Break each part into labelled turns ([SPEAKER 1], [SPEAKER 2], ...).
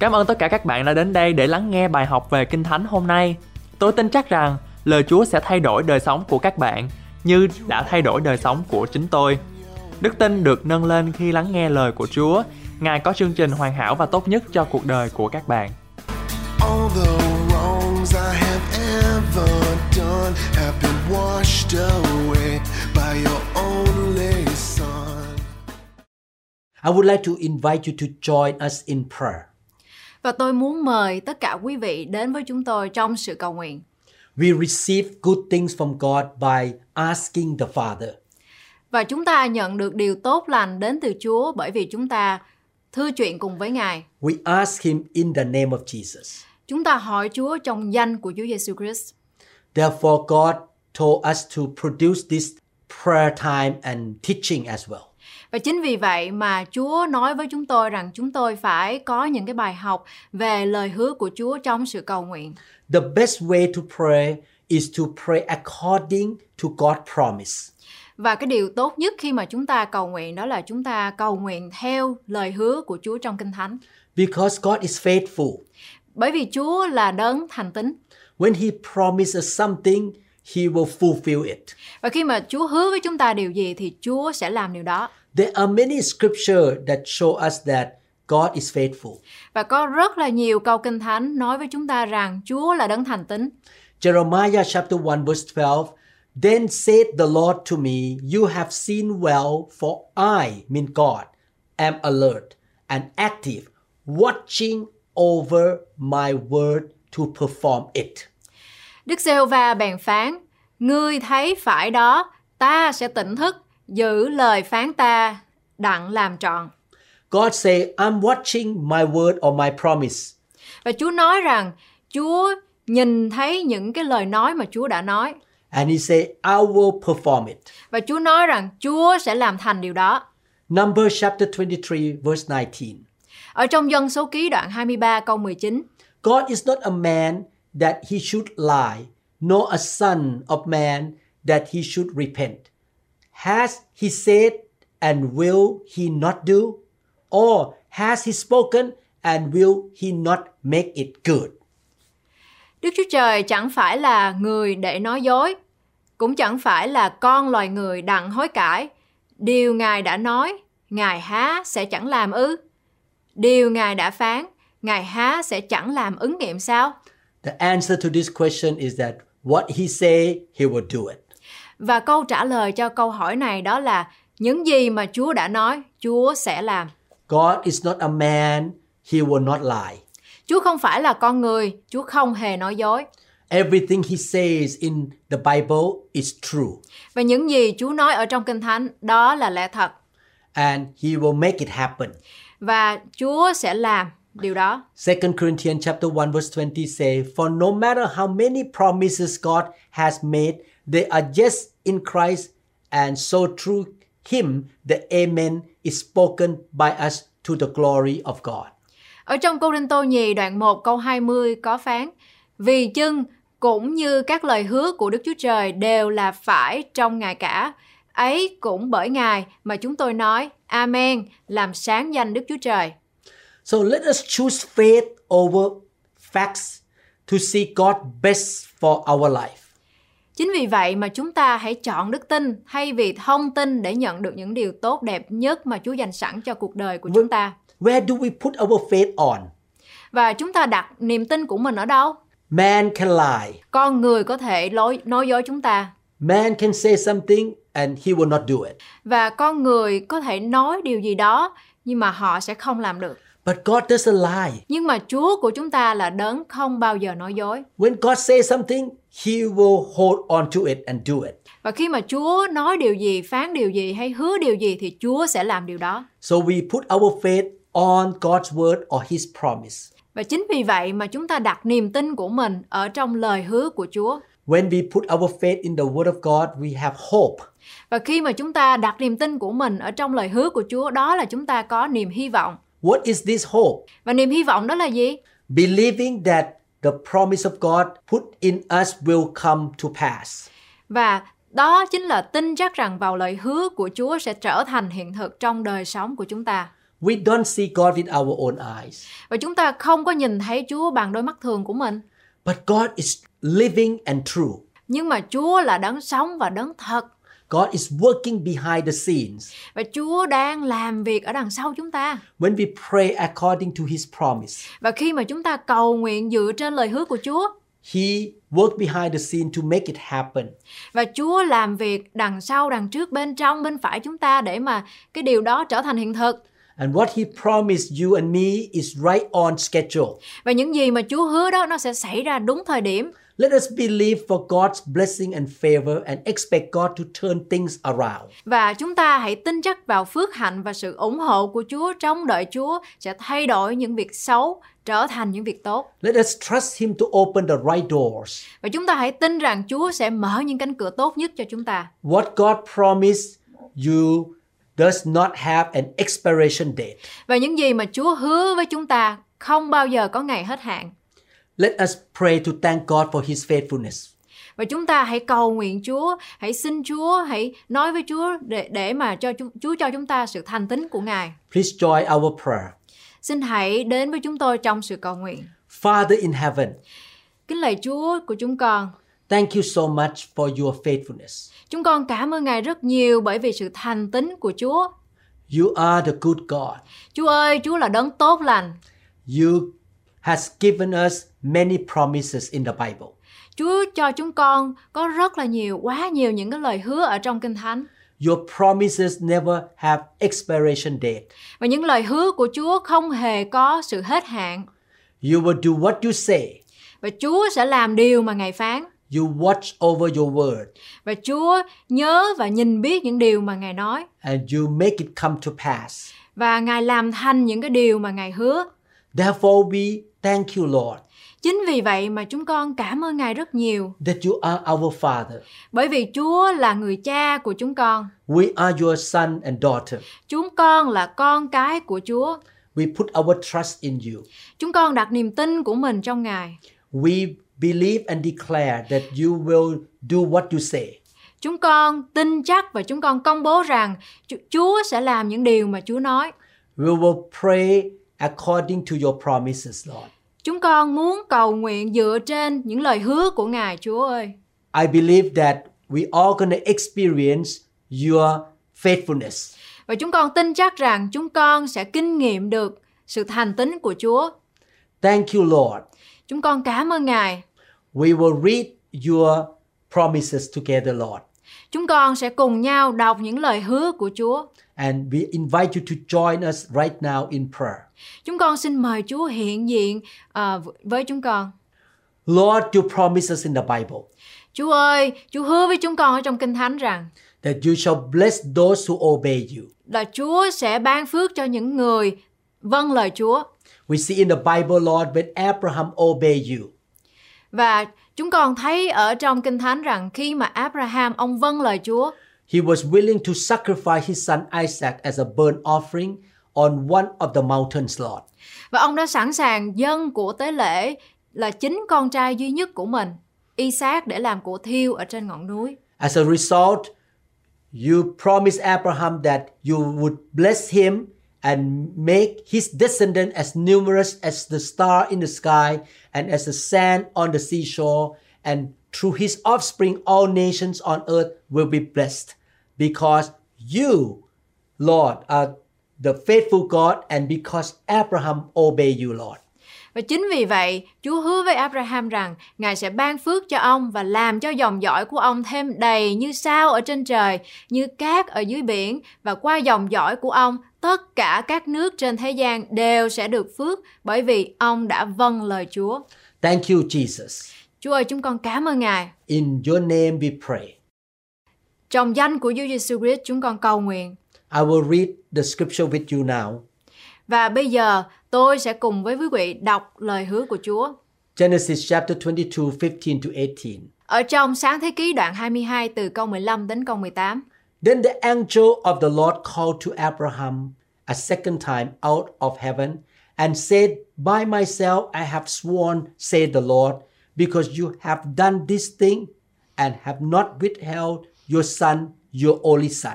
[SPEAKER 1] Cảm ơn tất cả các bạn đã đến đây để lắng nghe bài học về Kinh Thánh hôm nay. Tôi tin chắc rằng lời Chúa sẽ thay đổi đời sống của các bạn như đã thay đổi đời sống của chính tôi. Đức tin được nâng lên khi lắng nghe lời của Chúa. Ngài có chương trình hoàn hảo và tốt nhất cho cuộc đời của các bạn.
[SPEAKER 2] All the wrongs I have ever done have been washed away by your only son.
[SPEAKER 3] I would like to invite you to join us in prayer.
[SPEAKER 4] Và tôi muốn mời tất cả quý vị đến với chúng tôi trong sự cầu nguyện.
[SPEAKER 3] We receive good things from God by asking the Father.
[SPEAKER 4] Và chúng ta nhận được điều tốt lành đến từ Chúa bởi vì chúng ta thư chuyện cùng với Ngài.
[SPEAKER 3] We ask Him in the name of Jesus.
[SPEAKER 4] Chúng ta hỏi Chúa trong danh của Chúa Giêsu Christ.
[SPEAKER 3] Therefore, God told us to produce this prayer time and teaching as well.
[SPEAKER 4] Và chính vì vậy mà Chúa nói với chúng tôi rằng chúng tôi phải có những cái bài học về lời hứa của Chúa trong sự cầu nguyện.
[SPEAKER 3] The best way to pray is to pray according to God's promise.
[SPEAKER 4] Và cái điều tốt nhất khi mà chúng ta cầu nguyện đó là chúng ta cầu nguyện theo lời hứa của Chúa trong Kinh Thánh.
[SPEAKER 3] Because God is faithful.
[SPEAKER 4] Bởi vì Chúa là đấng thành tín.
[SPEAKER 3] When He promises something, He will fulfill it.
[SPEAKER 4] Và khi mà Chúa hứa với chúng ta điều gì thì Chúa sẽ làm điều đó.
[SPEAKER 3] There are many scriptures that show us that God is faithful.
[SPEAKER 4] Và có rất là nhiều câu Kinh Thánh nói với chúng ta rằng Chúa là đấng thành tín.
[SPEAKER 3] Jeremiah chapter 1 verse 12 Then said the Lord to me, You have seen well, for I, mean God, am alert and active, watching over my word to perform it.
[SPEAKER 4] Đức giê va bèn phán, Ngươi thấy phải đó, ta sẽ tỉnh thức, giữ lời phán ta, đặng làm trọn.
[SPEAKER 3] God say, I'm watching my word or my promise.
[SPEAKER 4] Và Chúa nói rằng, Chúa nhìn thấy những cái lời nói mà Chúa đã nói.
[SPEAKER 3] And he say, I will perform it.
[SPEAKER 4] Và Chúa nói rằng Chúa sẽ làm thành điều đó.
[SPEAKER 3] Numbers chapter 23 verse 19.
[SPEAKER 4] Ở trong dân số ký đoạn 23 câu 19,
[SPEAKER 3] God is not a man that he should lie, nor a son of man that he should repent. Has he said and will he not do? Or has he spoken and will he not make it good?
[SPEAKER 4] Đức Chúa Trời chẳng phải là người để nói dối, cũng chẳng phải là con loài người đặng hối cải. Điều Ngài đã nói, Ngài há sẽ chẳng làm ư? Điều Ngài đã phán, Ngài há sẽ chẳng làm ứng nghiệm sao?
[SPEAKER 3] The answer to this question is that what he say, he will do it.
[SPEAKER 4] Và câu trả lời cho câu hỏi này đó là những gì mà Chúa đã nói, Chúa sẽ làm.
[SPEAKER 3] God is not a man, he will not lie.
[SPEAKER 4] Chúa không phải là con người, Chúa không hề nói dối.
[SPEAKER 3] Everything he says in the Bible is true
[SPEAKER 4] Và những gì Chúa nói ở trong Kinh Thánh đó là lẽ thật
[SPEAKER 3] and he will make it happen.
[SPEAKER 4] và Chúa sẽ làm điều đó.
[SPEAKER 3] 2 Corinthians chapter 1 verse 20 say, For no matter how many promises God has made, they are yes in Christ, and so through him the amen is spoken by us to the glory of God.
[SPEAKER 4] Ở trong Cô Đinh Tô Nhì đoạn 1 câu 20 có phán Vì chưng cũng như các lời hứa của Đức Chúa Trời đều là phải trong Ngài cả. Ấy cũng bởi Ngài mà chúng tôi nói Amen, làm sáng danh Đức Chúa Trời.
[SPEAKER 3] So let us choose faith over facts to see God best for our life.
[SPEAKER 4] Chính vì vậy mà chúng ta hãy chọn đức tin thay vì thông tin để nhận được những điều tốt đẹp nhất mà Chúa dành sẵn cho cuộc đời của chúng ta.
[SPEAKER 3] Where do we put our faith on?
[SPEAKER 4] Và chúng ta đặt niềm tin của mình ở đâu?
[SPEAKER 3] Man can lie.
[SPEAKER 4] Con người có thể lối, nói dối chúng ta
[SPEAKER 3] Man can say something and he will not do it.
[SPEAKER 4] và con người có thể nói điều gì đó nhưng mà họ sẽ không làm được.
[SPEAKER 3] But God doesn't lie.
[SPEAKER 4] Nhưng mà Chúa của chúng ta là đấng không bao giờ nói dối.
[SPEAKER 3] When God says something, He will hold on to it and do it.
[SPEAKER 4] Và khi mà Chúa nói điều gì, phán điều gì hay hứa điều gì thì Chúa sẽ làm điều đó.
[SPEAKER 3] So we put our faith on God's word or His promise.
[SPEAKER 4] Và chính vì vậy mà chúng ta đặt niềm tin của mình ở trong lời hứa của Chúa.
[SPEAKER 3] When we put our faith in the word of God, we have hope.
[SPEAKER 4] Và khi mà chúng ta đặt niềm tin của mình ở trong lời hứa của Chúa, đó là chúng ta có niềm hy vọng.
[SPEAKER 3] What is this hope?
[SPEAKER 4] Và niềm hy vọng đó là gì?
[SPEAKER 3] Believing that the promise of God put in us will come to pass.
[SPEAKER 4] Và đó chính là tin chắc rằng vào lời hứa của Chúa sẽ trở thành hiện thực trong đời sống của chúng ta.
[SPEAKER 3] We don't see God with our own eyes.
[SPEAKER 4] Và chúng ta không có nhìn thấy Chúa bằng đôi mắt thường của mình.
[SPEAKER 3] But God is living and true.
[SPEAKER 4] Nhưng mà Chúa là đấng sống và đấng thật.
[SPEAKER 3] God is working behind the scenes.
[SPEAKER 4] Và Chúa đang làm việc ở đằng sau chúng ta.
[SPEAKER 3] When we pray according to his promise,
[SPEAKER 4] Và khi mà chúng ta cầu nguyện dựa trên lời hứa của Chúa
[SPEAKER 3] he worked behind the scene to make it happen.
[SPEAKER 4] và Chúa làm việc đằng sau, đằng trước, bên trong, bên phải chúng ta để mà cái điều đó trở thành hiện thực.
[SPEAKER 3] And what he promised you and me is right on schedule.
[SPEAKER 4] Và những gì mà Chúa hứa đó nó sẽ xảy ra đúng thời điểm.
[SPEAKER 3] Let us believe for God's blessing and favor and expect God to turn things around.
[SPEAKER 4] Và chúng ta hãy tin chắc vào phước hạnh và sự ủng hộ của Chúa trong đợi Chúa sẽ thay đổi những việc xấu trở thành những việc tốt.
[SPEAKER 3] Let us trust him to open the right doors.
[SPEAKER 4] Và chúng ta hãy tin rằng Chúa sẽ mở những cánh cửa tốt nhất cho chúng ta.
[SPEAKER 3] What God promised you does not have an expiration date.
[SPEAKER 4] Và những gì mà Chúa hứa với chúng ta không bao giờ có ngày hết hạn.
[SPEAKER 3] Let us pray to thank God for his faithfulness.
[SPEAKER 4] Và chúng ta hãy cầu nguyện Chúa, hãy xin Chúa, hãy nói với Chúa để để mà cho chúng- Chúa cho chúng ta sự thành tín của Ngài.
[SPEAKER 3] Please join our prayer.
[SPEAKER 4] Xin hãy đến với chúng tôi trong sự cầu nguyện.
[SPEAKER 3] Father in heaven,
[SPEAKER 4] Kính lạy Chúa của chúng con.
[SPEAKER 3] thank you so much for your faithfulness.
[SPEAKER 4] Chúng con cảm ơn Ngài rất nhiều bởi vì sự thành tín của Chúa.
[SPEAKER 3] You are the good God.
[SPEAKER 4] Chúa ơi, Chúa là đấng tốt lành.
[SPEAKER 3] You has given us many promises in the Bible.
[SPEAKER 4] Chúa cho chúng con có rất là nhiều, quá nhiều những cái lời hứa ở trong Kinh Thánh.
[SPEAKER 3] Your promises never have expiration date.
[SPEAKER 4] Và những lời hứa của Chúa không hề có sự hết hạn.
[SPEAKER 3] You will do what you say.
[SPEAKER 4] Và Chúa sẽ làm điều mà Ngài phán.
[SPEAKER 3] You watch over your word
[SPEAKER 4] Và Chúa nhớ và nhìn biết những điều mà Ngài nói.
[SPEAKER 3] and you make it come to pass.
[SPEAKER 4] Và Ngài làm thành những cái điều mà Ngài hứa.
[SPEAKER 3] Therefore, we thank you, Lord,
[SPEAKER 4] Chính vì vậy mà chúng con cảm ơn Ngài rất nhiều.
[SPEAKER 3] that you are our Father.
[SPEAKER 4] Bởi vì Chúa là người cha của chúng con.
[SPEAKER 3] We are your son and daughter.
[SPEAKER 4] Chúng con là con cái của Chúa.
[SPEAKER 3] We put our trust in you.
[SPEAKER 4] Chúng con đặt niềm tin của mình trong Ngài.
[SPEAKER 3] We believe and declare that you will do what you say.
[SPEAKER 4] Chúng con tin chắc và chúng con công bố rằng Chu- Chúa sẽ làm những điều mà Chúa nói.
[SPEAKER 3] We will pray according to your promises, Lord.
[SPEAKER 4] Chúng con muốn cầu nguyện dựa trên những lời hứa của Ngài Chúa ơi.
[SPEAKER 3] I believe that we all going to experience your faithfulness.
[SPEAKER 4] Và chúng con tin chắc rằng chúng con sẽ kinh nghiệm được sự thành tín của Chúa.
[SPEAKER 3] Thank you, Lord.
[SPEAKER 4] Chúng con cảm ơn Ngài.
[SPEAKER 3] We will read your promises together, Lord.
[SPEAKER 4] Chúng con sẽ cùng nhau đọc những lời hứa của Chúa.
[SPEAKER 3] And we invite you to join us right now in prayer.
[SPEAKER 4] Chúng con xin mời Chúa hiện diện à, v- với chúng con.
[SPEAKER 3] Lord, you promise us in the Bible
[SPEAKER 4] Chúa ơi, Chúa hứa với chúng con ở trong Kinh Thánh rằng
[SPEAKER 3] that you shall bless those who obey you.
[SPEAKER 4] là Chúa sẽ ban phước cho những người vâng lời Chúa.
[SPEAKER 3] We see in the Bible, Lord, when Abraham obeyed you,
[SPEAKER 4] Và chúng con thấy ở trong Kinh Thánh rằng khi mà Abraham ông vâng lời Chúa,
[SPEAKER 3] he was willing to sacrifice his son Isaac as a burnt offering on one of the mountains, Lord.
[SPEAKER 4] Và ông đã sẵn sàng dân của tế lễ là chính con trai duy nhất của mình, Isaac để làm của thiêu ở trên ngọn núi.
[SPEAKER 3] As a result, you promised Abraham that you would bless him and make his descendant as numerous as the star in the sky and as the sand on the seashore. And through his offspring, all nations on earth will be blessed because you, Lord, are the faithful God and because Abraham obeyed you, Lord.
[SPEAKER 4] Và chính vì vậy, Chúa hứa với Abraham rằng Ngài sẽ ban phước cho ông và làm cho dòng dõi của ông thêm đầy như sao ở trên trời, như cát ở dưới biển và qua dòng dõi của ông, tất cả các nước trên thế gian đều sẽ được phước bởi vì ông đã vâng lời Chúa.
[SPEAKER 3] Thank you, Jesus.
[SPEAKER 4] Chúa ơi, chúng con cảm ơn Ngài.
[SPEAKER 3] In your name we pray.
[SPEAKER 4] Trong danh của Chúa Giêsu Christ, chúng con cầu nguyện.
[SPEAKER 3] I will read the scripture with you now.
[SPEAKER 4] Và bây giờ tôi sẽ cùng với quý vị đọc lời hứa của Chúa.
[SPEAKER 3] Genesis chapter 22, 15 to 18.
[SPEAKER 4] Ở trong sáng thế ký đoạn 22 từ câu 15 đến câu 18.
[SPEAKER 3] Then the angel of the Lord called to Abraham a second time out of heaven and said, By myself I have sworn, said the Lord, because you have done this thing and have not withheld your son, your only son.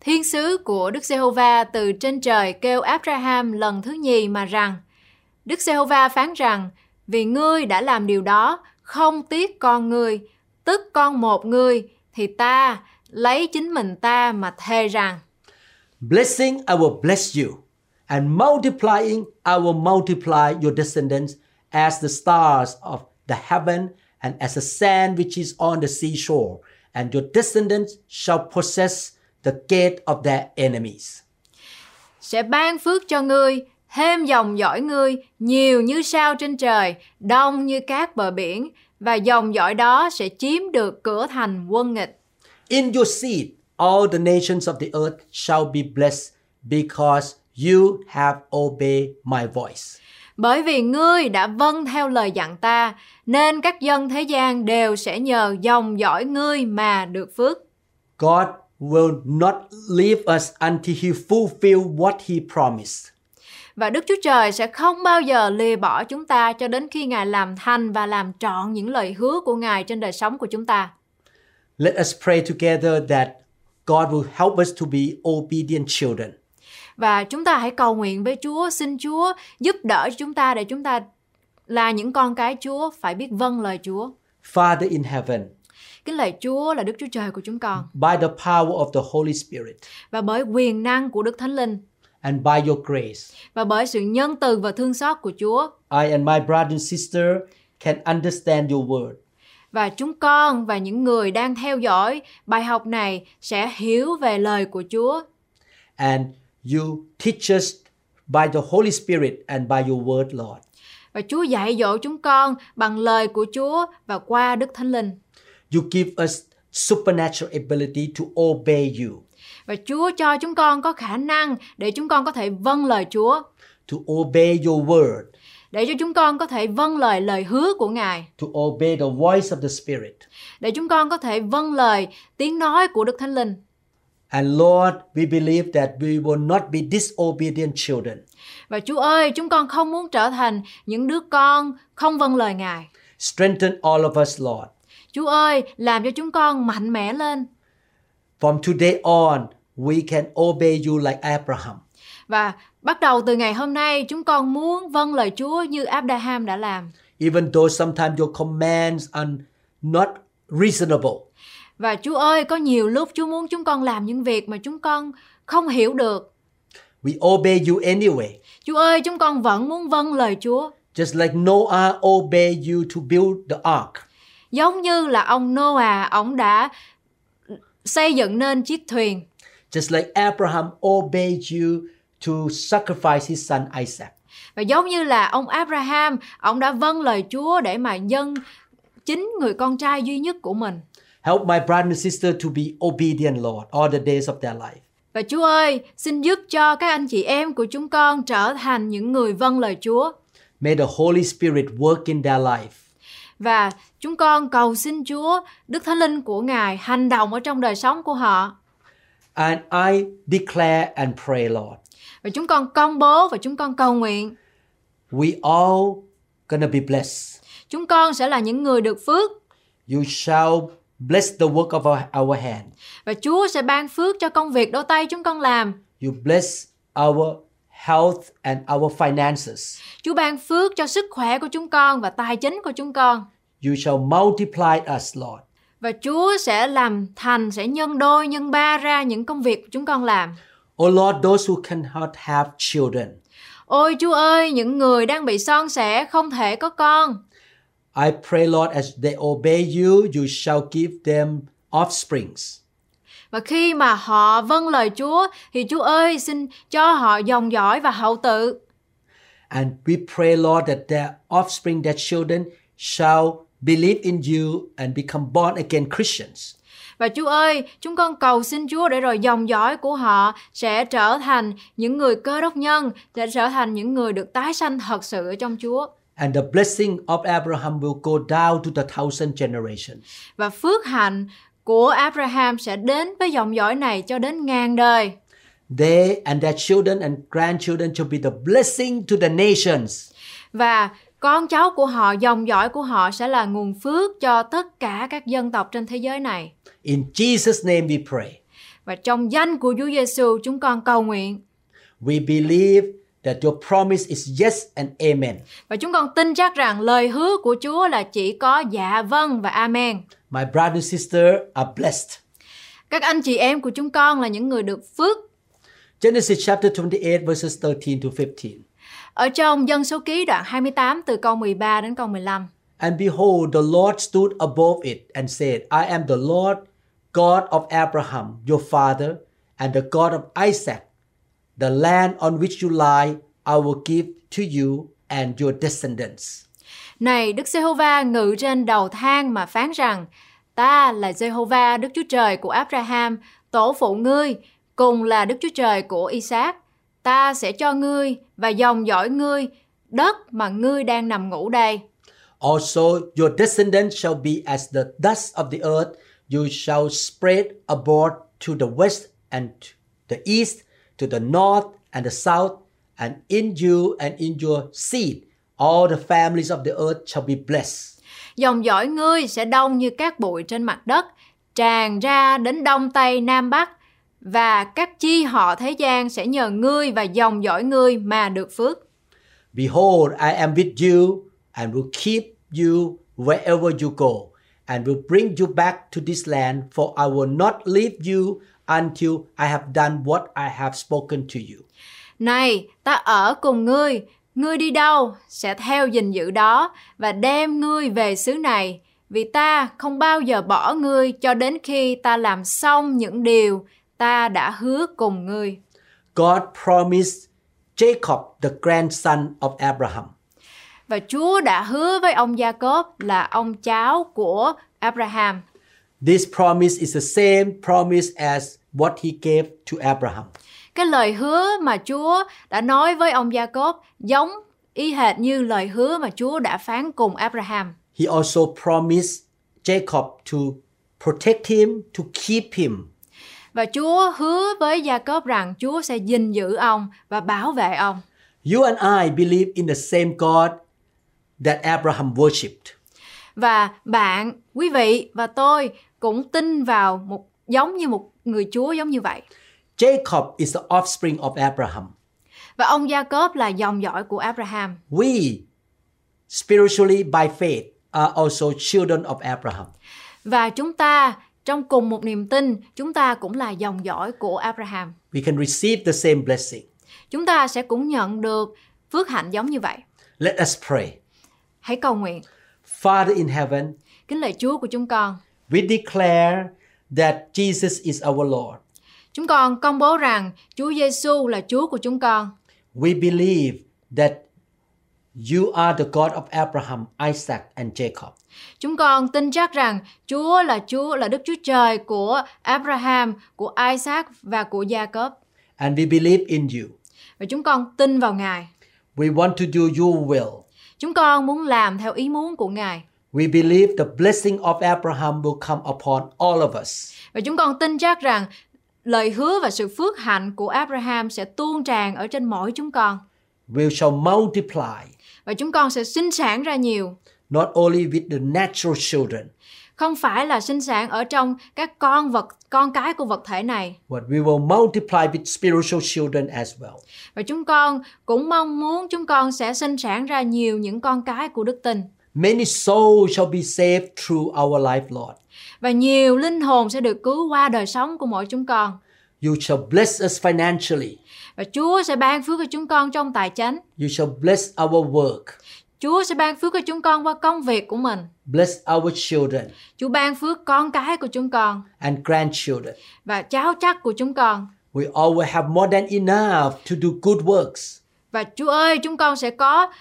[SPEAKER 4] Thiên sứ của Đức Giê-hô-va từ trên trời kêu Abraham lần thứ nhì mà rằng, Đức Giê-hô-va phán rằng, vì ngươi đã làm điều đó, không tiếc con ngươi, tức con một ngươi, thì ta lấy chính mình ta mà thề rằng,
[SPEAKER 3] Blessing, I will bless you. And multiplying, I will multiply your descendants as the stars of the heaven and as the sand which is on the seashore. And your descendants shall possess the gate of their enemies.
[SPEAKER 4] sẽ ban phước cho ngươi, thêm dòng dõi ngươi nhiều như sao trên trời, đông như các bờ biển, và dòng dõi đó sẽ chiếm được cửa thành quân nghịch.
[SPEAKER 3] In your seed, all the nations of the earth shall be blessed because you have obeyed my voice.
[SPEAKER 4] Bởi vì ngươi đã vâng theo lời dặn ta, nên các dân thế gian đều sẽ nhờ dòng dõi ngươi mà được phước.
[SPEAKER 3] God will not leave us until he fulfill what he promised.
[SPEAKER 4] Và Đức Chúa Trời sẽ không bao giờ lìa bỏ chúng ta cho đến khi Ngài làm thành và làm trọn những lời hứa của Ngài trên đời sống của chúng ta.
[SPEAKER 3] Let us pray together that God will help us to be obedient children.
[SPEAKER 4] Và chúng ta hãy cầu nguyện với Chúa, xin Chúa giúp đỡ chúng ta để chúng ta là những con cái Chúa phải biết vâng lời Chúa.
[SPEAKER 3] Father in heaven,
[SPEAKER 4] Kính lời Chúa là Đức Chúa Trời của chúng con
[SPEAKER 3] by the power of the Holy Spirit
[SPEAKER 4] và bởi quyền năng của Đức Thánh Linh
[SPEAKER 3] and by your grace,
[SPEAKER 4] và bởi sự nhân từ và thương xót của Chúa
[SPEAKER 3] I and my brother and sister can understand your word.
[SPEAKER 4] và chúng con và những người đang theo dõi bài học này sẽ hiểu về lời của Chúa
[SPEAKER 3] And you teach us by the Holy Spirit and by your word, Lord.
[SPEAKER 4] và Chúa dạy dỗ chúng con bằng lời của Chúa và qua Đức Thánh Linh
[SPEAKER 3] You give us supernatural ability to obey you,
[SPEAKER 4] và Chúa cho chúng con có khả năng để chúng con có thể vâng lời Chúa
[SPEAKER 3] to obey your word,
[SPEAKER 4] để cho chúng con có thể vâng lời lời hứa của Ngài
[SPEAKER 3] to obey the voice of the Spirit.
[SPEAKER 4] để chúng con có thể vâng lời tiếng nói của Đức Thánh Linh
[SPEAKER 3] And Lord, we believe that we will not be disobedient children.
[SPEAKER 4] và Chúa ơi chúng con không muốn trở thành những đứa con không vâng lời Ngài
[SPEAKER 3] Strengthen all of us, Lord.
[SPEAKER 4] Chúa ơi làm cho chúng con mạnh mẽ lên
[SPEAKER 3] From today on, we can obey you like Abraham.
[SPEAKER 4] Và bắt đầu từ ngày hôm nay chúng con muốn vâng lời Chúa như Abraham đã làm.
[SPEAKER 3] Even though sometimes your commands are not reasonable,
[SPEAKER 4] Và Chúa ơi, có nhiều lúc Chúa muốn chúng con làm những việc mà chúng con không hiểu được.
[SPEAKER 3] we obey you anyway.
[SPEAKER 4] Chúa ơi, chúng con vẫn muốn vâng lời Chúa.
[SPEAKER 3] Just like Noah obeyed you to build the ark.
[SPEAKER 4] Giống như là ông Noah, ông đã xây dựng nên chiếc thuyền.
[SPEAKER 3] Just like Abraham obeyed you to sacrifice his son Isaac.
[SPEAKER 4] Và giống như là ông Abraham, ông đã vâng lời Chúa để mà dâng chính người con trai duy nhất của mình.
[SPEAKER 3] Help my brother and sister to be obedient, Lord, all the days of their life.
[SPEAKER 4] Và Chúa ơi, xin giúp cho các anh chị em của chúng con trở thành những người vâng lời Chúa.
[SPEAKER 3] May the Holy Spirit work in their life.
[SPEAKER 4] Và chúng con cầu xin Chúa, Đức Thánh Linh của Ngài hành động ở trong đời sống của họ.
[SPEAKER 3] And I declare and pray, Lord,
[SPEAKER 4] Và chúng con công bố và chúng con cầu nguyện.
[SPEAKER 3] we all gonna be blessed.
[SPEAKER 4] Chúng con sẽ là những người được phước
[SPEAKER 3] You shall bless the work of our, our hand.
[SPEAKER 4] và Chúa sẽ ban phước cho công việc đôi tay chúng con làm.
[SPEAKER 3] You bless our health and our finances.
[SPEAKER 4] Chúa ban phước cho sức khỏe của chúng con và tài chính của chúng con.
[SPEAKER 3] You shall multiply us, Lord.
[SPEAKER 4] Và Chúa sẽ làm thành, sẽ nhân đôi, nhân ba ra những công việc của chúng con làm.
[SPEAKER 3] Oh Lord, those who cannot have children,
[SPEAKER 4] Ôi Chúa ơi, những người đang bị son sẻ không thể có con.
[SPEAKER 3] I pray, Lord, as they obey you, you shall give them offsprings.
[SPEAKER 4] Và khi mà họ vâng lời Chúa thì Chúa ơi xin cho họ dòng dõi và hậu tự.
[SPEAKER 3] And we pray, Lord, that their offspring, their children, shall believe in you and become born again Christians.
[SPEAKER 4] Và Chúa ơi, chúng con cầu xin Chúa để rồi dòng dõi của họ sẽ trở thành những người cơ đốc nhân, sẽ trở thành những người được tái sanh thật sự ở trong Chúa.
[SPEAKER 3] And the blessing of Abraham will go down to the thousand generations.
[SPEAKER 4] Và phước hạnh của Abraham sẽ đến với dòng dõi này cho đến ngàn đời.
[SPEAKER 3] They and their children and grandchildren shall be the blessing to the nations.
[SPEAKER 4] Và con cháu của họ, dòng dõi của họ sẽ là nguồn phước cho tất cả các dân tộc trên thế giới này.
[SPEAKER 3] In Jesus' name we pray.
[SPEAKER 4] Và trong danh của Chúa Giêsu chúng con cầu nguyện
[SPEAKER 3] We believe that your promise is yes and amen.
[SPEAKER 4] và chúng con tin chắc rằng lời hứa của Chúa là chỉ có dạ vâng và amen.
[SPEAKER 3] My brother and sister are blessed.
[SPEAKER 4] Các anh chị em của chúng con là những người được phước.
[SPEAKER 3] Genesis chapter 28 verses 13 to 15.
[SPEAKER 4] Ở trong dân số ký đoạn 28 từ câu 13 đến câu 15.
[SPEAKER 3] And behold, the Lord stood above it and said, I am the Lord God of Abraham, your father, and the God of Isaac. The land on which you lie, I will give to you and your descendants.
[SPEAKER 4] Này Đức Giê-hô-va ngự trên đầu thang mà phán rằng, ta là Giê-hô-va Đức Chúa Trời của Abraham, tổ phụ ngươi, cùng là Đức Chúa Trời của Isaac. Ta sẽ cho ngươi và dòng dõi ngươi đất mà ngươi đang nằm ngủ đây.
[SPEAKER 3] Also, your descendants shall be as the dust of the earth. You shall spread abroad to the west and to the east, to the north and the south, and in you and in your seed, all the families of the earth shall be blessed.
[SPEAKER 4] Dòng dõi ngươi sẽ đông như các bụi trên mặt đất, tràn ra đến đông tây nam bắc, và các chi họ thế gian sẽ nhờ ngươi và dòng dõi ngươi mà được phước.
[SPEAKER 3] Behold, I am with you and will keep you wherever you go, and will bring you back to this land, for I will not leave you until I have done what I have spoken to you.
[SPEAKER 4] Này, ta ở cùng ngươi, ngươi đi đâu sẽ theo gìn giữ đó và đem ngươi về xứ này, vì ta không bao giờ bỏ ngươi cho đến khi ta làm xong những điều ta đã hứa cùng ngươi.
[SPEAKER 3] God promised Jacob, the grandson of Abraham.
[SPEAKER 4] Và Chúa đã hứa với ông Jacob là ông cháu của Abraham.
[SPEAKER 3] This promise is the same promise as what he gave to Abraham.
[SPEAKER 4] Cái lời hứa mà Chúa đã nói với ông Jacob giống y hệt như lời hứa mà Chúa đã phán cùng Abraham.
[SPEAKER 3] He also promised Jacob to protect him, to keep him.
[SPEAKER 4] Và Chúa hứa với Jacob rằng Chúa sẽ gìn giữ ông và bảo vệ ông.
[SPEAKER 3] You and I believe in the same God that Abraham worshipped.
[SPEAKER 4] Và bạn, quý vị và tôi cũng tin vào một giống như một người Chúa giống như vậy.
[SPEAKER 3] Jacob is the offspring of Abraham.
[SPEAKER 4] Và ông Jacob là dòng dõi của Abraham.
[SPEAKER 3] We, spiritually by faith, are also children of Abraham.
[SPEAKER 4] Và chúng ta trong cùng một niềm tin, chúng ta cũng là dòng dõi của Abraham.
[SPEAKER 3] We can receive the same blessing.
[SPEAKER 4] Chúng ta sẽ cũng nhận được phước hạnh giống như vậy.
[SPEAKER 3] Let us pray.
[SPEAKER 4] Hãy cầu nguyện,
[SPEAKER 3] Father in heaven,
[SPEAKER 4] kính lời Chúa của chúng con.
[SPEAKER 3] we declare that Jesus is our Lord.
[SPEAKER 4] Chúng con công bố rằng Chúa Giêsu là Chúa của chúng con.
[SPEAKER 3] We believe that you are the God of Abraham, Isaac, and Jacob.
[SPEAKER 4] Chúng con tin chắc rằng Chúa là Chúa là Đức Chúa Trời của Abraham, của Isaac và của Jacob.
[SPEAKER 3] And we believe in you.
[SPEAKER 4] Và chúng con tin vào Ngài.
[SPEAKER 3] We want to do your will.
[SPEAKER 4] Chúng con muốn làm theo ý muốn của Ngài.
[SPEAKER 3] We believe the blessing of Abraham will come upon all of us.
[SPEAKER 4] Và chúng con tin chắc rằng lời hứa và sự phước hạnh của Abraham sẽ tuôn tràn ở trên mỗi chúng con.
[SPEAKER 3] We shall multiply,
[SPEAKER 4] Và chúng con sẽ sinh sản ra nhiều.
[SPEAKER 3] not only with the natural children,
[SPEAKER 4] Không phải là sinh sản ở trong các con vật, con cái của vật thể này.
[SPEAKER 3] but we will multiply with spiritual children as well.
[SPEAKER 4] Và chúng con cũng mong muốn chúng con sẽ sinh sản ra nhiều những con cái của đức tin.
[SPEAKER 3] Many souls shall be saved through our life, Lord.
[SPEAKER 4] và nhiều linh hồn sẽ được cứu qua đời sống của mỗi chúng con
[SPEAKER 3] You shall bless us financially.
[SPEAKER 4] và Chúa sẽ ban phước cho chúng con trong tài chánh
[SPEAKER 3] You shall bless our work.
[SPEAKER 4] Chúa sẽ ban phước cho chúng con qua công việc của mình
[SPEAKER 3] Bless our children
[SPEAKER 4] Chúa ban phước con cái của chúng con
[SPEAKER 3] and grandchildren.
[SPEAKER 4] và cháu chắc của chúng con
[SPEAKER 3] We all will have more than enough to do good works.
[SPEAKER 4] và Chúa ơi chúng con sẽ có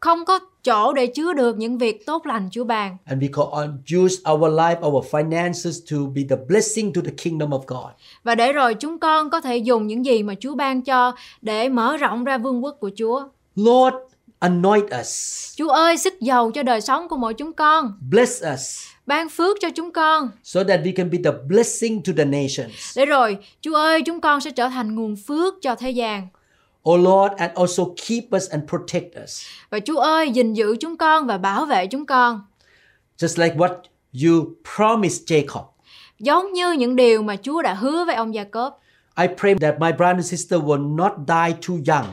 [SPEAKER 4] không có chỗ để chứa được những việc tốt lành Chúa ban
[SPEAKER 3] And we can all use our life, our finances to be the blessing to the kingdom of God.
[SPEAKER 4] và để rồi chúng con có thể dùng những gì mà Chúa ban cho để mở rộng ra vương quốc của Chúa
[SPEAKER 3] Lord, anoint us,
[SPEAKER 4] Chúa ơi sức giàu cho đời sống của mỗi chúng con
[SPEAKER 3] bless us,
[SPEAKER 4] ban phước cho chúng con
[SPEAKER 3] so that we can be the blessing to the nations.
[SPEAKER 4] Để rồi, Chúa ơi, chúng con sẽ trở thành nguồn phước cho thế gian.
[SPEAKER 3] O Lord, and also keep us and protect us.
[SPEAKER 4] Và Chúa ơi, gìn giữ chúng con và bảo vệ chúng con.
[SPEAKER 3] Just like what you promised Jacob,
[SPEAKER 4] giống như những điều mà Chúa đã hứa với ông Gia-cốp.
[SPEAKER 3] I pray that my brother and sister will not die too young.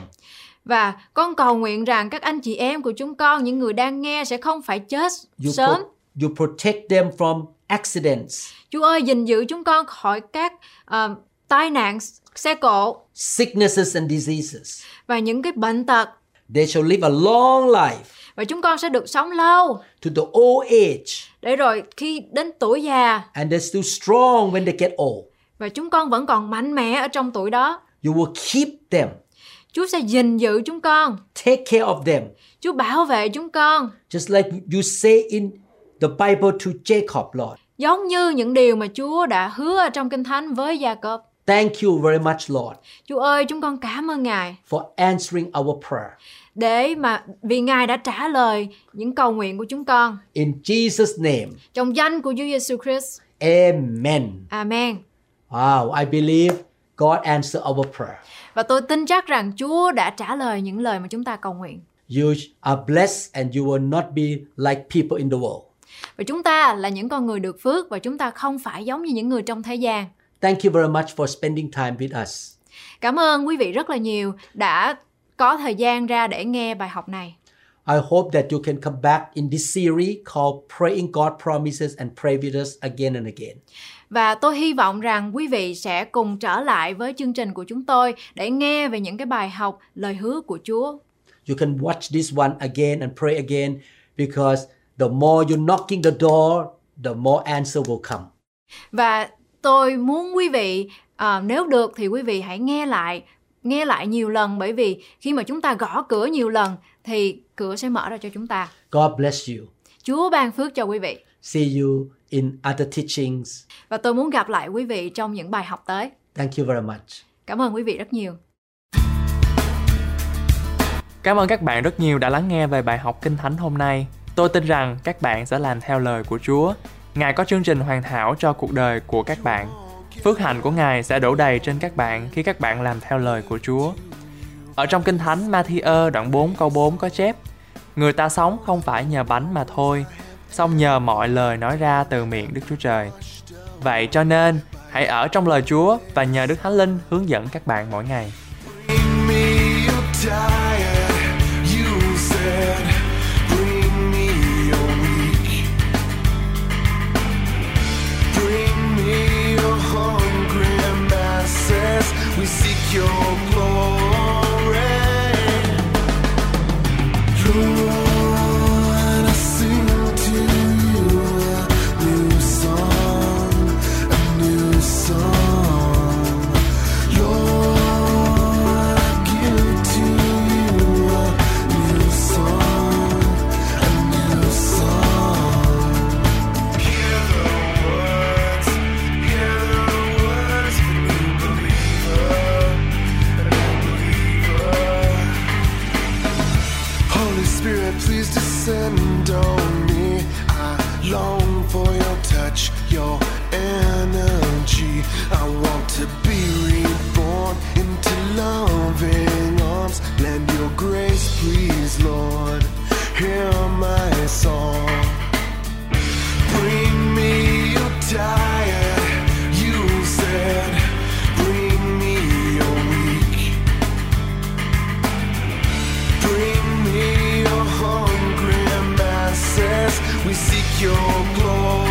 [SPEAKER 4] Và con cầu nguyện rằng các anh chị em của chúng con, những người đang nghe sẽ không phải chết
[SPEAKER 3] You, pro-
[SPEAKER 4] sớm.
[SPEAKER 3] you protect them from accidents,
[SPEAKER 4] Chúa ơi, gìn giữ chúng con khỏi các ờ, tai nạn xe cộ
[SPEAKER 3] sicknesses, and diseases.
[SPEAKER 4] và những cái bệnh tật.
[SPEAKER 3] They shall live a long life
[SPEAKER 4] Và chúng con sẽ được sống lâu.
[SPEAKER 3] to the old age,
[SPEAKER 4] Để rồi khi đến tuổi già
[SPEAKER 3] and they're still strong when they get old.
[SPEAKER 4] và chúng con vẫn còn mạnh mẽ ở trong tuổi đó,
[SPEAKER 3] You will keep them,
[SPEAKER 4] Chúa sẽ gìn giữ chúng con.
[SPEAKER 3] take care of them,
[SPEAKER 4] Chúa bảo vệ chúng con.
[SPEAKER 3] just like you say in the Bible to Jacob, Lord.
[SPEAKER 4] Giống như những điều mà Chúa đã hứa ở trong Kinh Thánh với Gia Cốp.
[SPEAKER 3] Thank you very much, Lord,
[SPEAKER 4] Chúa ơi, chúng con cảm ơn Ngài
[SPEAKER 3] for answering our prayer.
[SPEAKER 4] để mà vì Ngài đã trả lời những cầu nguyện của chúng con.
[SPEAKER 3] In Jesus' name,
[SPEAKER 4] Trong danh của Chúa Giêsu Christ.
[SPEAKER 3] amen.
[SPEAKER 4] Amen.
[SPEAKER 3] Wow, I believe God answered our prayer.
[SPEAKER 4] Và tôi tin chắc rằng Chúa đã trả lời những lời mà chúng ta cầu nguyện.
[SPEAKER 3] You are blessed and you will not be like people in the world.
[SPEAKER 4] Và chúng ta là những con người được phước và chúng ta không phải giống như những người trong thế gian.
[SPEAKER 3] Thank you very much for spending time with us.
[SPEAKER 4] Cảm ơn quý vị rất là nhiều đã có thời gian ra để nghe bài học này.
[SPEAKER 3] I hope that you can come back in this series called Praying God Promises and Pray with Us again and again.
[SPEAKER 4] Và tôi hy vọng rằng quý vị sẽ cùng trở lại với chương trình của chúng tôi để nghe về những cái bài học lời hứa của Chúa.
[SPEAKER 3] You can watch this one again and pray again because the more you're knocking the door, the more answer will come.
[SPEAKER 4] Và tôi muốn quý vị à, nếu được thì quý vị hãy nghe lại, nghe lại nhiều lần bởi vì khi mà chúng ta gõ cửa nhiều lần thì cửa sẽ mở ra cho chúng ta.
[SPEAKER 3] God bless you.
[SPEAKER 4] Chúa ban phước cho quý vị.
[SPEAKER 3] See you in other teachings.
[SPEAKER 4] Và tôi muốn gặp lại quý vị trong những bài học tới.
[SPEAKER 3] Thank you very much.
[SPEAKER 4] Cảm ơn quý vị rất nhiều.
[SPEAKER 1] Cảm ơn các bạn rất nhiều đã lắng nghe về bài học Kinh Thánh hôm nay. Tôi tin rằng các bạn sẽ làm theo lời của Chúa. Ngài có chương trình hoàn hảo cho cuộc đời của các bạn. Phước hạnh của Ngài sẽ đổ đầy trên các bạn khi các bạn làm theo lời của Chúa. Ở trong Kinh Thánh Matthew đoạn 4 câu 4 có chép Người ta sống không phải nhờ bánh mà thôi, song nhờ mọi lời nói ra từ miệng Đức Chúa Trời. Vậy cho nên, hãy ở trong lời Chúa và nhờ Đức Thánh Linh hướng dẫn các bạn mỗi ngày.
[SPEAKER 2] Bring me your diet, you said. Bring me your weak. Bring me your hungry masses. We seek your glory. Lord, I sing to you a new song, a new song. Lord, I give to you a new song, a new song. Hear the words, hear the words of a new believer, a new believer. Holy Spirit, please descend on me. I long for your touch, your energy. I want to be reborn into loving arms. Lend your grace, please, Lord. Hear my song. Bring me your diet, you said. Bring me your weak. Bring me your hungry masses. We seek your glory.